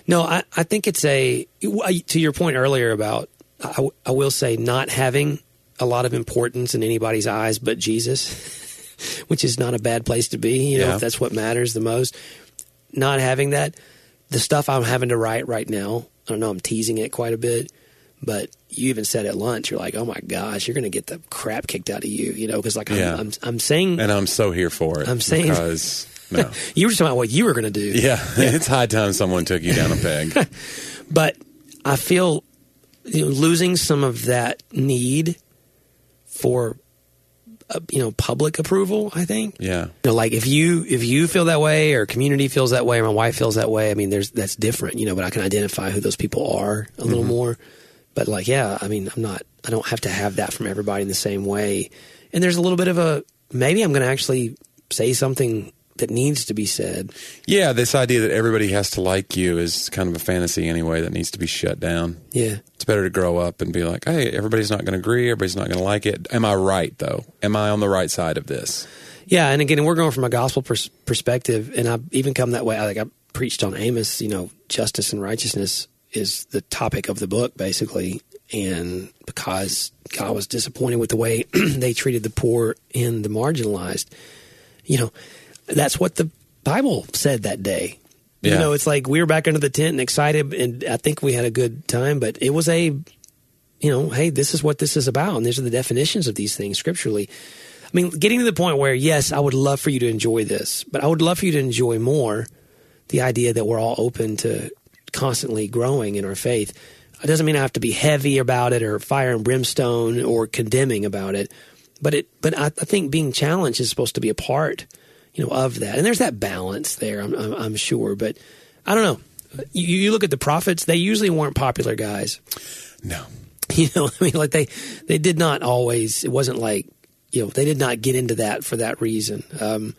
No, I, I think it's a to your point earlier about I, I will say not having a lot of importance in anybody's eyes but Jesus, which is not a bad place to be. You know,
Yeah.
if that's what matters the most. Not having that, the stuff I'm having to write right now. I don't know. I'm teasing it quite a bit, but you even said at lunch, you're like, "Oh my gosh, you're going to get the crap kicked out of you," you know, because like
Yeah.
I'm, I'm, I'm saying
and i'm so here for it
I'm saying-
because no
you were just talking about what you were going to do.
yeah it's high time someone took you down a peg
but I feel you know, losing some of that need for uh, you know public approval. I think
yeah
you know, like if you if you feel that way or community feels that way or my wife feels that way. I mean, there's that's different, you know. But I can identify who those people are a little more. But like, yeah, I mean, I'm not. I don't have to have that from everybody in the same way. And there's a little bit of a maybe I'm going to actually say something that needs to be said.
Yeah, this idea that everybody has to like you is kind of a fantasy anyway that needs to be shut down.
Yeah.
It's better to grow up and be like, hey, everybody's not going to agree. Everybody's not going to like it. Am I right, though? Am I on the right side of this?
Yeah, and again, we're going from a gospel pers- perspective, and I've even come that way. I, like I preached on Amos, you know, justice and righteousness is the topic of the book, basically, and because God was disappointed with the way they treated the poor and the marginalized, you know, that's what the Bible said that day. You
Yeah.
know, it's like we were back under the tent and excited, and I think we had a good time, but it was a you know, hey, this is what this is about, and these are the definitions of these things scripturally. I mean, getting to the point where, yes, I would love for you to enjoy this, but I would love for you to enjoy more the idea that we're all open to constantly growing in our faith. It doesn't mean I have to be heavy about it or fire and brimstone or condemning about it, but it, but I, I think being challenged is supposed to be a part, you know, of that. And there's that balance there, I'm, I'm, I'm sure, but I don't know. You, you look at the prophets; they usually weren't popular guys
No.
you know i mean like they they did not always it wasn't like you know they did not get into that for that reason um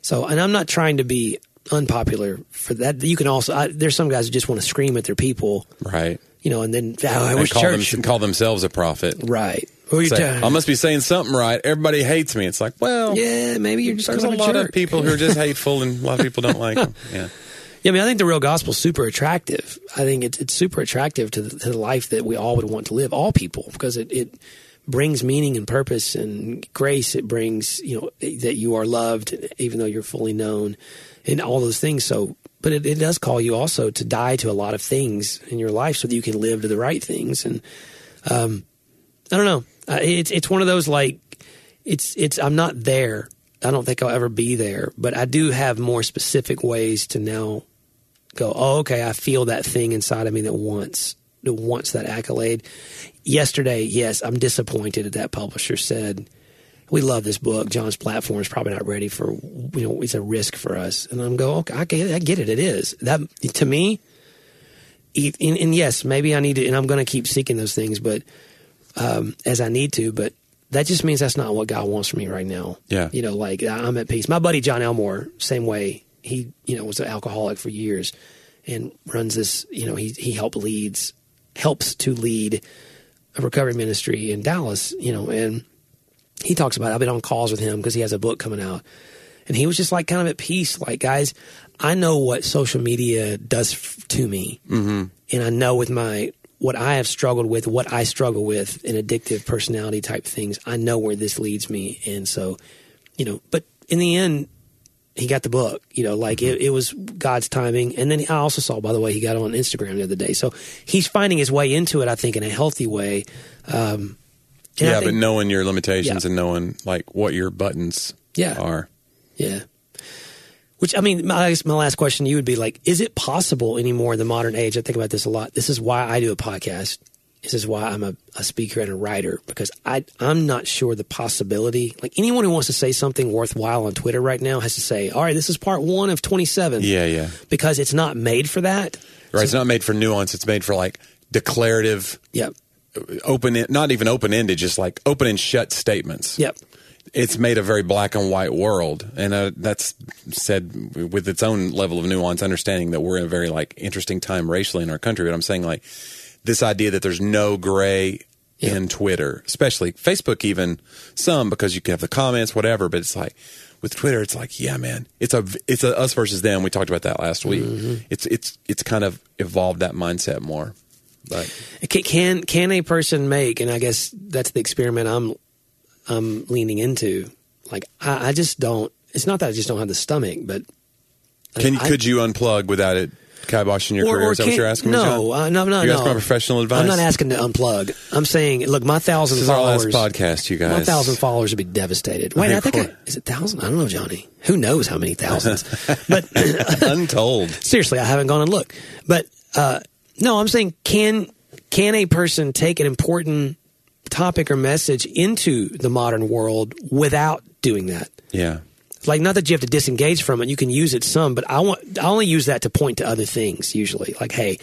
so and i'm not trying to be unpopular for that you can also I, there's some guys who just want to scream at their people
Right.
you know and then oh, i
And
wish
call, them,
church
call themselves a prophet.
right who are you
Say,
talking
I must be saying something right. Everybody hates me. It's like, well,
yeah maybe you're just
there's a
kind
lot
jerk.
of people who are just hateful and a lot of people don't like them. Yeah.
Yeah, I mean, I think the real gospel's super attractive. I think it's, it's super attractive to the, to the life that we all would want to live, all people, because it, it brings meaning and purpose and grace. It brings, you know, eh, that you are loved, even though you're fully known, and all those things. So, but it, it does call you also to die to a lot of things in your life so that you can live to the right things. And um, I don't know. Uh, it's it's one of those like it's it's I'm not there. I don't think I'll ever be there, but I do have more specific ways to now go. Oh, okay, I feel that thing inside of me that wants that wants that accolade. Yesterday, yes, I'm disappointed that that publisher said we love this book. John's platform is probably not ready for you know it's a risk for us. And I'm go okay, I get it. I get it. It is that to me. e- And, and yes, maybe I need to, and I'm going to keep seeking those things, but um, as I need to, but that just means that's not what God wants from me right now.
Yeah.
You know, like I- I'm at peace. My buddy John Elmore, same way, he, you know, was an alcoholic for years and runs this, you know, he he helped leads helps to lead a recovery ministry in Dallas, you know, and he talks about it. I've been on calls with him because he has a book coming out. And he was just like kind of at peace, like, guys, I know what social media does f- to me. Mm-hmm. And I know with my, what I have struggled with, what I struggle with in addictive personality type things, I know where this leads me. And so, you know, but in the end, he got the book, you know, like it, it was God's timing. And then I also saw, by the way, he got on Instagram the other day. So he's finding his way into it, I think, in a healthy way. Um, and I
yeah,
think-
but knowing your limitations
Yeah.
and knowing like what your buttons
Yeah.
are.
Yeah. Which I mean, my, I guess my last question to you would be like, is it possible anymore in the modern age? I think about this a lot. This is why I do a podcast. This is why I'm a, a speaker and a writer because I I'm not sure the possibility. Like anyone who wants to say something worthwhile on Twitter right now has to say, all right, this is part one of 27.
Yeah, yeah.
because it's not made for that.
Right. it's not made for nuance. It's made for like declarative,
Yep.
open, not even open ended, just like open and shut statements.
Yep.
It's made a very black and white world. And uh, that's said with its own level of nuance, understanding that we're in a very like interesting time racially in our country. But I'm saying like this idea that there's no gray
Yeah.
in Twitter, especially Facebook, even some because you can have the comments, whatever. But it's like with Twitter, it's like, yeah, man, it's a it's a us versus them. We talked about that last week.
Mm-hmm.
It's it's it's kind of evolved that mindset more. But
Can, can can a person make? And I guess that's the experiment I'm I'm leaning into. Like I, I just don't. It's not that I just don't have the stomach, but
can
I-
could you unplug without it kiboshing your career? Is that what
can't-
you're asking me?
No,
John?
uh, no, no,
You
no.
asking my professional advice?
I'm not asking to unplug. I'm saying, look, my thousand
This is our last
followers.
podcast, you guys.
My thousand followers would be devastated. Wait,
think
I think I,
we're-
is it thousand? I don't know, Johnny. Who knows how many thousands? but
Untold.
seriously, I haven't gone and looked. But uh, no, I'm saying can can a person take an important topic or message into the modern world without doing that?
Yeah.
like not that you have to disengage from it you can use it some but i want i only use that to point to other things usually like hey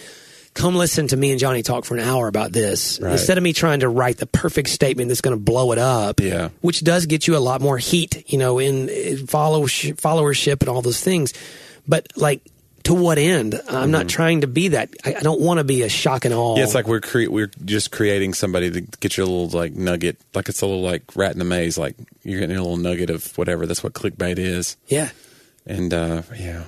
come listen to me and Johnny talk for an hour about this
Right.
instead of me trying to write the perfect statement that's going to blow it up.
Yeah.
which does get you a lot more heat, you know, in, in follow followership and all those things. But like, to what end? I'm not trying to be that. I, I don't want to be a shock and awe.
Mm-hmm. Yeah, it's like we're cre- we're just creating somebody to get your little like nugget, like it's a little like rat in the maze, like you're getting a little nugget of whatever. That's what clickbait is,
yeah.
and uh, yeah.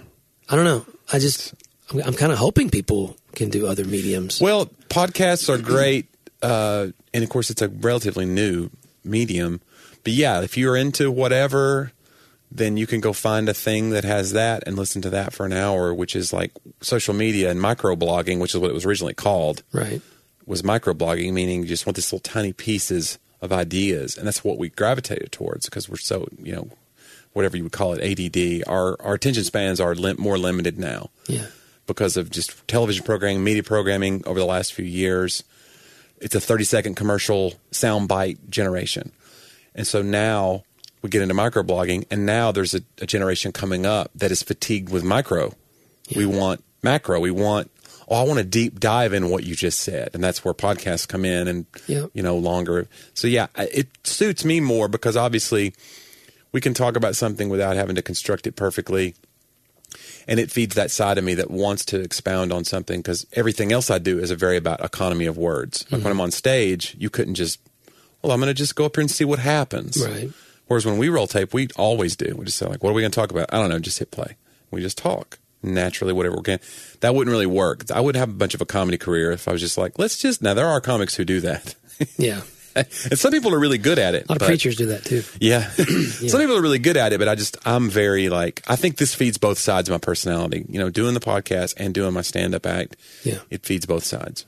I don't know. I just I'm, I'm kind of hoping people can do other mediums.
Well, podcasts are great, uh, and of course, it's a relatively new medium. But yeah, if you're into whatever, then you can go find a thing that has that and listen to that for an hour, which is like social media and microblogging, which is what it was originally called.
right.
was microblogging, meaning you just want these little tiny pieces of ideas, and that's what we gravitated towards because we're so you know, whatever you would call it, ADD. Our our attention spans are lim- more limited now
Yeah.
because of just television programming, media programming over the last few years. It's a 30 second commercial soundbite generation. And so now we get into microblogging, and now there's a, a generation coming up that is fatigued with micro. We want macro. We want, oh, I want to deep dive in what you just said. And that's where podcasts come in and,
Yeah.
you know, longer. So, yeah, I- it suits me more because obviously we can talk about something without having to construct it perfectly and it feeds that side of me that wants to expound on something because everything else I do is a very about economy of words.
Mm-hmm.
Like when I'm on stage, you couldn't just, well, I'm going to just go up here and see what happens.
Right.
Whereas when we roll tape, we always do. We just say like, what are we going to talk about? I don't know. Just hit play. We just talk naturally, whatever we can. That wouldn't really work. I wouldn't have a bunch of a comedy career if I was just like, let's just. Now there are comics who do that,
Yeah.
and some people are really good at it.
A lot of
but-
preachers do that too.
yeah. Some people are really good at it, but I just, I'm very like, I think this feeds both sides of my personality. You know, doing the podcast and doing my stand up act,
Yeah.
it feeds both sides.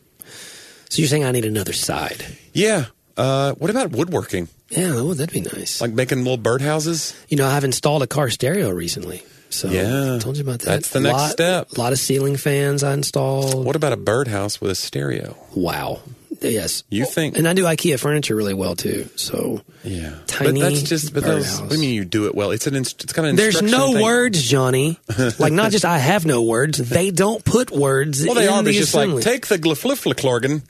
So you're saying I need another side?
Yeah. Uh, what about woodworking?
Yeah. Oh, that'd be nice.
Like making little birdhouses?
you know, I've installed a car stereo recently. So
Yeah.
I told you about that.
That's the next
lot,
step.
A lot of ceiling fans I installed.
What about a birdhouse with a stereo?
Wow. Yes.
You think-
And I do IKEA furniture really well too. So
Yeah.
Tiny
but that's just, but those,
birdhouse.
what do you mean you do it well? It's an, inst- it's kind of an
there's
instruction
no
thing.
words, Johnny. like not just I have no words. They don't put words.
Well, they
in
are,
the
but it's just
assembly.
like, take the glifliflorgan,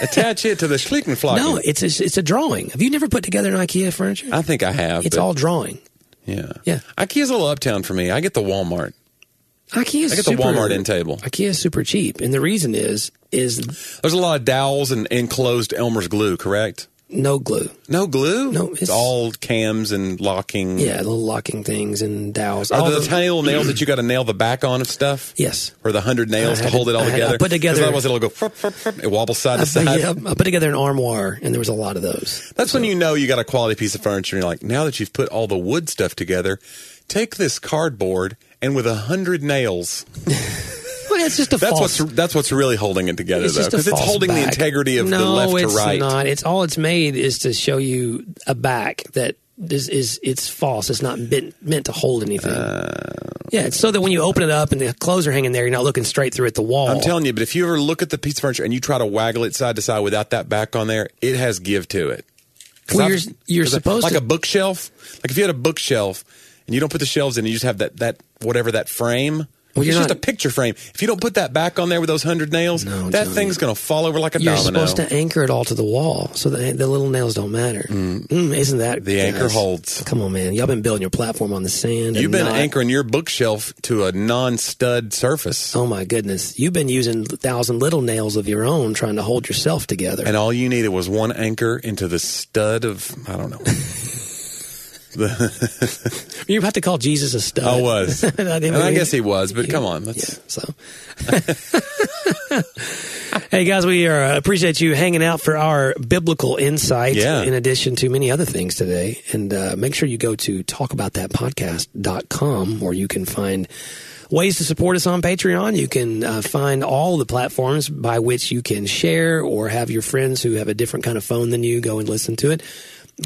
attach it to the schlickenflocken.
No, it's a, it's a drawing. Have you never put together an IKEA furniture?
I think I have.
it's
Uh, but-
all drawing.
Yeah.
Yeah.
IKEA's a little uptown for me. I get the Walmart.
IKEA.
I get the Walmart end table.
IKEA is super cheap, and the reason is is
There's a lot of dowels and enclosed Elmer's glue, correct?
no glue.
No glue?
No,
It's,
it's-
all cams and locking.
Yeah, little locking things and dowels.
Are
All
the
the-
tiny little nails that you got to nail the back on of stuff?
yes.
Or the hundred nails
I
to
had
hold
to-
it all
I had- I
together?
put together-
'Cause Otherwise, it'll go. Frup, frup, frup. It wobbles side to side.
Yep, I put together an armoire, and there was a lot of those.
That's when you know you got a quality piece of furniture. And you're like, now that you've put all the wood stuff together, take this cardboard and with a hundred nails.
Well, it's just a
That's
false.
what's that's what's really holding it together,
it's
though,
just a
because it's
false
holding the
back.
integrity of the
No,
left
it's
to right.
Not. It's all it's made is to show you a back that is is it's false. It's not bent, meant to hold anything.
Uh,
yeah, it's so that when you open it up and the clothes are hanging there, you're not looking straight through at the wall.
I'm telling you, but if you ever look at the piece of furniture and you try to waggle it side to side without that back on there, it has give to it. 'Cause
Well,
I've-
you're, you're
'cause I-
supposed
like
to.
a bookshelf. Like if you had a bookshelf and you don't put the shelves in, you just have that that whatever that frame.
Well,
it's
you're
just
not-
a picture frame. If you don't put that back on there with those hundred nails,
No,
that
Johnny.
thing's going to fall over like a
you're
domino.
supposed to anchor it all to the wall so that the little nails don't matter. Mm, isn't that
the anchor
guys?
holds.
Come on, man! Y'all been building your platform on the sand.
You've
and
been
not-
anchoring your bookshelf to a non-stud surface,
Oh my goodness! You've been using a thousand little nails of your own trying to hold yourself together.
and all you needed was one anchor into the stud of I don't know. The-
You're about to call Jesus a stud.
I was.
And I didn't
And I
believe-
guess he was, but come on,
Yeah.
that's
So, hey guys, we are, uh, appreciate you hanging out for our biblical insight.
Yeah.
In addition to many other things today, and uh, make sure you go to talkaboutthatpodcast.com where you can find ways to support us on Patreon. You can uh, find all the platforms by which you can share or have your friends who have a different kind of phone than you go and listen to it.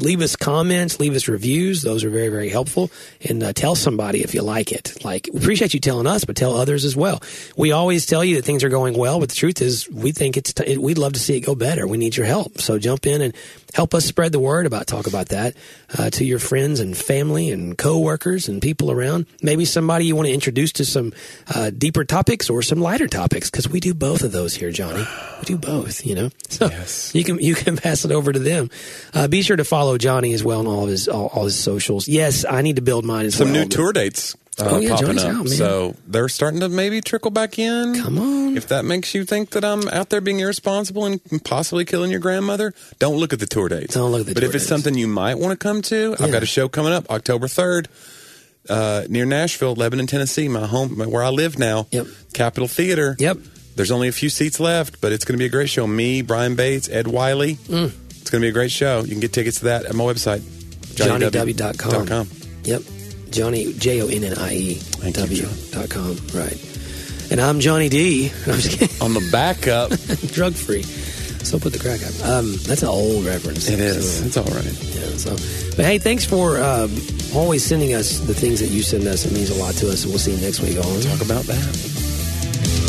leave us comments, leave us reviews. Those are very, very helpful. And uh, tell somebody if you like it. Like, we appreciate you telling us, but tell others as well. We always tell you that things are going well, but the truth is, we think it's, t- it, we'd love to see it go better. We need your help. So jump in and help us spread the word about Talk About That uh, to your friends and family and coworkers and people around. Maybe somebody you want to introduce to some uh, deeper topics or some lighter topics, because we do both of those here, Johnny. We do both, you know? So
Yes.
you can you can pass it over to them. Uh, be sure to follow Johnny as well on all of his all, all his socials. Yes, I need to build mine as
Some
well.
new tour dates uh,
Oh, yeah,
popping
Johnny's
up,
out, man.
so they're starting to maybe trickle back in.
Come on.
If that makes you think that I'm out there being irresponsible and possibly killing your grandmother, don't look at the tour dates.
Don't look at the
But
tour
if it's
dates.
something you might want to come to, I've
Yeah.
got a show coming up October 3rd uh, near Nashville, Lebanon, Tennessee, my home, where I live now.
Yep.
Capitol Theater.
Yep.
There's only a few seats left, but it's going to be a great show. Me, Brian Bates, Ed Wiley.
Mm.
It's going to be a great show. You can get tickets to that at my website,
JohnnyW.com.
dot com.
Yep. Johnny J O N N I E
you,
W
John.
dot com. Right. And I'm Johnny D. I'm just kidding.
On the backup,
Drug free. So put the crack up. Um, that's an old reference.
it is. It's all right.
Yeah, so, but hey, thanks for um, always sending us the things that you send us. It means a lot to us. And we'll see you next week on
Talk about that.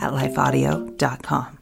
at lifeaudio.com.